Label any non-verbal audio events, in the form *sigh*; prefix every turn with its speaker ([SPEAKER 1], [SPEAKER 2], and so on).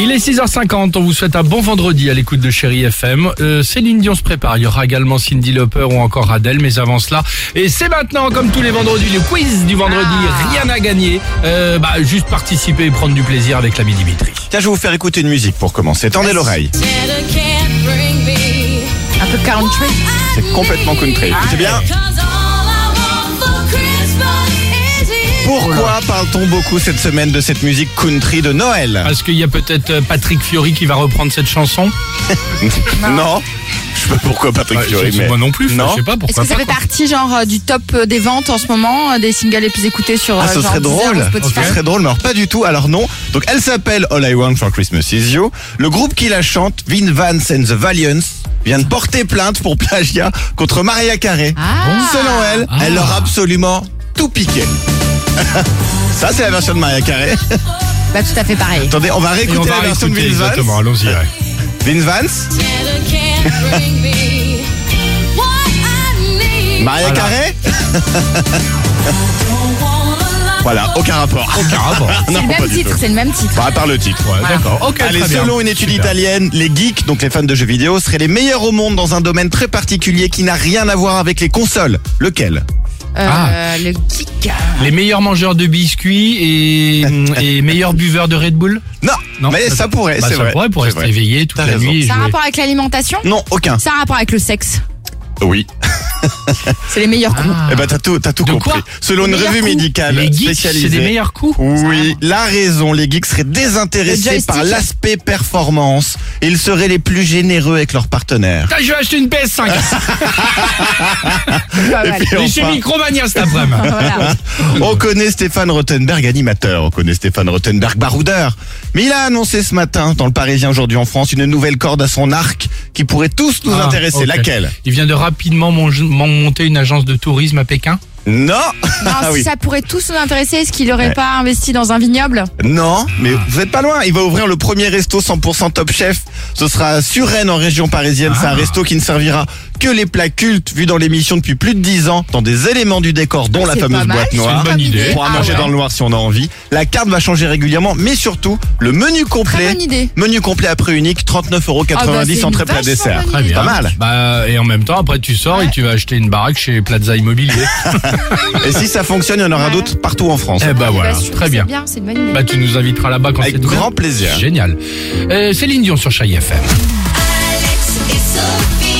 [SPEAKER 1] Il est 6h50, on vous souhaite un bon vendredi à l'écoute de Chéri FM. Euh, Céline Dion se prépare, il y aura également Cindy Lauper ou encore Adèle, mais avant cela, et c'est maintenant comme tous les vendredis, le quiz du vendredi,
[SPEAKER 2] Ah.
[SPEAKER 1] rien à gagner, Euh, bah, juste participer et prendre du plaisir avec l'ami Dimitri.
[SPEAKER 2] Tiens, je vais vous faire écouter une musique pour commencer. Tendez l'oreille.
[SPEAKER 3] Better can't bring me.
[SPEAKER 4] Un peu country.
[SPEAKER 2] C'est complètement country. C'est bien.
[SPEAKER 3] 'Cause all I want for Christmas is you.
[SPEAKER 2] Pourquoi parle-t-on beaucoup cette semaine de cette musique country de Noël
[SPEAKER 1] Parce qu'il y a peut-être euh, Patrick Fiori qui va reprendre cette chanson
[SPEAKER 2] Non. Je sais pas pourquoi Patrick
[SPEAKER 1] Ouais,
[SPEAKER 2] Fiori,
[SPEAKER 1] Ah, je-
[SPEAKER 2] mais...
[SPEAKER 1] Moi non plus,
[SPEAKER 2] Non.
[SPEAKER 1] je sais pas
[SPEAKER 4] Est-ce
[SPEAKER 1] pourquoi
[SPEAKER 4] que ça
[SPEAKER 1] pas,
[SPEAKER 4] fait
[SPEAKER 1] quoi.
[SPEAKER 4] partie genre euh, du top euh, des ventes en ce moment, euh, des singles les plus écoutés sur
[SPEAKER 2] Ah,
[SPEAKER 4] euh,
[SPEAKER 2] ce
[SPEAKER 4] genre
[SPEAKER 2] serait
[SPEAKER 4] Deezer ou
[SPEAKER 2] drôle.
[SPEAKER 4] Spotify
[SPEAKER 2] Ce serait drôle, mais alors pas du tout. Alors non. Donc elle s'appelle All I Want for Christmas Is You. Le groupe qui la chante, Vin Vance and the Valiants, vient de porter plainte pour plagiat contre Maria Carré.
[SPEAKER 4] Ah.
[SPEAKER 2] Selon elle,
[SPEAKER 1] Ah.
[SPEAKER 2] elle leur a absolument tout piqué. *laughs* Ça, c'est la version de Maria Carré.
[SPEAKER 4] Bah tout à fait pareil.
[SPEAKER 2] Attendez, on va
[SPEAKER 1] Et on
[SPEAKER 2] réécouter
[SPEAKER 1] va
[SPEAKER 2] la version de
[SPEAKER 1] écouter,
[SPEAKER 2] Vin
[SPEAKER 1] exactement,
[SPEAKER 2] Vance.
[SPEAKER 1] allons-y. ouais.
[SPEAKER 2] *laughs* Vin Vance
[SPEAKER 3] Better can't bring me. What I need.
[SPEAKER 2] Maria
[SPEAKER 1] Voilà.
[SPEAKER 2] Carré
[SPEAKER 3] Don't wanna lie.
[SPEAKER 2] Voilà, aucun rapport.
[SPEAKER 1] Aucun rapport.
[SPEAKER 4] C'est le
[SPEAKER 2] Ah, Non, pas
[SPEAKER 4] même
[SPEAKER 2] du
[SPEAKER 4] titre,
[SPEAKER 2] tout.
[SPEAKER 4] c'est le même titre.
[SPEAKER 2] Bah, à part le titre.
[SPEAKER 1] Ouais, D'accord, ok,
[SPEAKER 2] Allez,
[SPEAKER 1] très bien.
[SPEAKER 2] selon une étude
[SPEAKER 1] Super.
[SPEAKER 2] italienne, les geeks, donc les fans de jeux vidéo, seraient les meilleurs au monde dans un domaine très particulier qui n'a rien à voir avec les consoles. Lequel
[SPEAKER 4] Euh,
[SPEAKER 1] Ah.
[SPEAKER 4] Le geek.
[SPEAKER 1] Les meilleurs mangeurs de
[SPEAKER 2] *laughs*
[SPEAKER 1] biscuits et, et meilleurs buveurs de Red Bull
[SPEAKER 2] Non,
[SPEAKER 1] Non,
[SPEAKER 2] mais ça
[SPEAKER 1] attends.
[SPEAKER 2] pourrait,
[SPEAKER 1] Bah,
[SPEAKER 2] c'est
[SPEAKER 1] ça
[SPEAKER 2] vrai.
[SPEAKER 1] pourrait pour
[SPEAKER 2] C'est
[SPEAKER 1] rester
[SPEAKER 2] vrai.
[SPEAKER 1] éveillé toute
[SPEAKER 2] T'as
[SPEAKER 1] la
[SPEAKER 2] raison.
[SPEAKER 1] nuit. et
[SPEAKER 4] C'est un
[SPEAKER 1] jouer.
[SPEAKER 4] rapport avec l'alimentation
[SPEAKER 2] Non, aucun.
[SPEAKER 4] C'est un rapport avec le sexe.
[SPEAKER 2] Oui.
[SPEAKER 4] C'est les meilleurs coups.
[SPEAKER 2] Eh ben, t'as tout, t'as tout
[SPEAKER 1] De
[SPEAKER 2] compris.
[SPEAKER 1] quoi
[SPEAKER 2] Selon
[SPEAKER 4] Les
[SPEAKER 2] une revue
[SPEAKER 4] meilleurs coups.
[SPEAKER 2] médicale
[SPEAKER 1] Ah. Les geeks, c'est
[SPEAKER 2] spécialisée.
[SPEAKER 1] des meilleurs coups
[SPEAKER 2] Oui, la raison, les geeks seraient
[SPEAKER 4] Le
[SPEAKER 2] désintéressés
[SPEAKER 4] joystick.
[SPEAKER 2] par l'aspect performance et ils seraient les plus généreux avec leurs partenaires.
[SPEAKER 1] Putain, je vais acheter une
[SPEAKER 2] *laughs*
[SPEAKER 1] PS5
[SPEAKER 4] Pas mal.
[SPEAKER 2] puis,
[SPEAKER 1] Mais chez
[SPEAKER 2] enfin-
[SPEAKER 1] Micromania cet après-midi
[SPEAKER 2] *laughs*
[SPEAKER 4] Voilà.
[SPEAKER 2] On connaît Stéphane Rothenberg, animateur. On connaît Stéphane Rothenberg, baroudeur. Mais il a annoncé ce matin, dans le Parisien aujourd'hui en France, une nouvelle corde à son arc qui pourrait tous nous
[SPEAKER 1] Ah,
[SPEAKER 2] intéresser.
[SPEAKER 1] ok.
[SPEAKER 2] Laquelle
[SPEAKER 1] Il vient de rapidement mon- mon- monter une agence de tourisme à Pékin
[SPEAKER 2] Non
[SPEAKER 4] Non,
[SPEAKER 2] Ah
[SPEAKER 4] si
[SPEAKER 2] oui.
[SPEAKER 4] ça pourrait tous nous intéresser, est-ce qu'il aurait pas investi dans un vignoble
[SPEAKER 2] Non, mais vous êtes pas loin. Il va ouvrir le premier resto 100% Top Chef. Ce sera à Suresnes, en région parisienne.
[SPEAKER 1] Ah.
[SPEAKER 2] C'est un resto qui ne servira que les plats cultes vus dans l'émission depuis plus de 10 ans, dans des éléments du décor, dont la
[SPEAKER 4] C'est
[SPEAKER 2] fameuse
[SPEAKER 4] pas mal,
[SPEAKER 2] boîte
[SPEAKER 4] c'est une
[SPEAKER 2] noire.
[SPEAKER 1] bonne idée.
[SPEAKER 2] On pourra
[SPEAKER 4] Ah
[SPEAKER 2] manger
[SPEAKER 4] ouais.
[SPEAKER 2] dans le noir si on a envie. La carte va changer régulièrement, mais surtout, le menu complet.
[SPEAKER 4] Très bonne idée.
[SPEAKER 2] Menu complet à prix unique, 39,90 euros
[SPEAKER 4] Ah bah, c'est
[SPEAKER 2] en
[SPEAKER 4] une
[SPEAKER 2] très plat
[SPEAKER 4] vachement hein.
[SPEAKER 2] dessert.
[SPEAKER 4] bonne
[SPEAKER 1] Très
[SPEAKER 4] C'est
[SPEAKER 1] bien.
[SPEAKER 2] Pas mal.
[SPEAKER 1] Bah, et en même temps, après tu sors et tu vas acheter une baraque chez Plaza
[SPEAKER 2] *laughs*
[SPEAKER 1] Immobilier.
[SPEAKER 2] Et si ça fonctionne, il y en aura
[SPEAKER 4] Ouais.
[SPEAKER 2] d'autres partout en France.
[SPEAKER 1] eh bah
[SPEAKER 4] Eh ben,
[SPEAKER 1] voilà,
[SPEAKER 4] je trouve
[SPEAKER 1] très
[SPEAKER 4] que
[SPEAKER 1] bien.
[SPEAKER 4] C'est bien, c'est une bonne idée.
[SPEAKER 1] Bah tu nous inviteras là-bas quand
[SPEAKER 2] Avec
[SPEAKER 1] c'est ouvert.
[SPEAKER 2] grand plaisir.
[SPEAKER 1] Génial. Euh, Céline Dion sur Chai FM.
[SPEAKER 3] Alex et Sophie.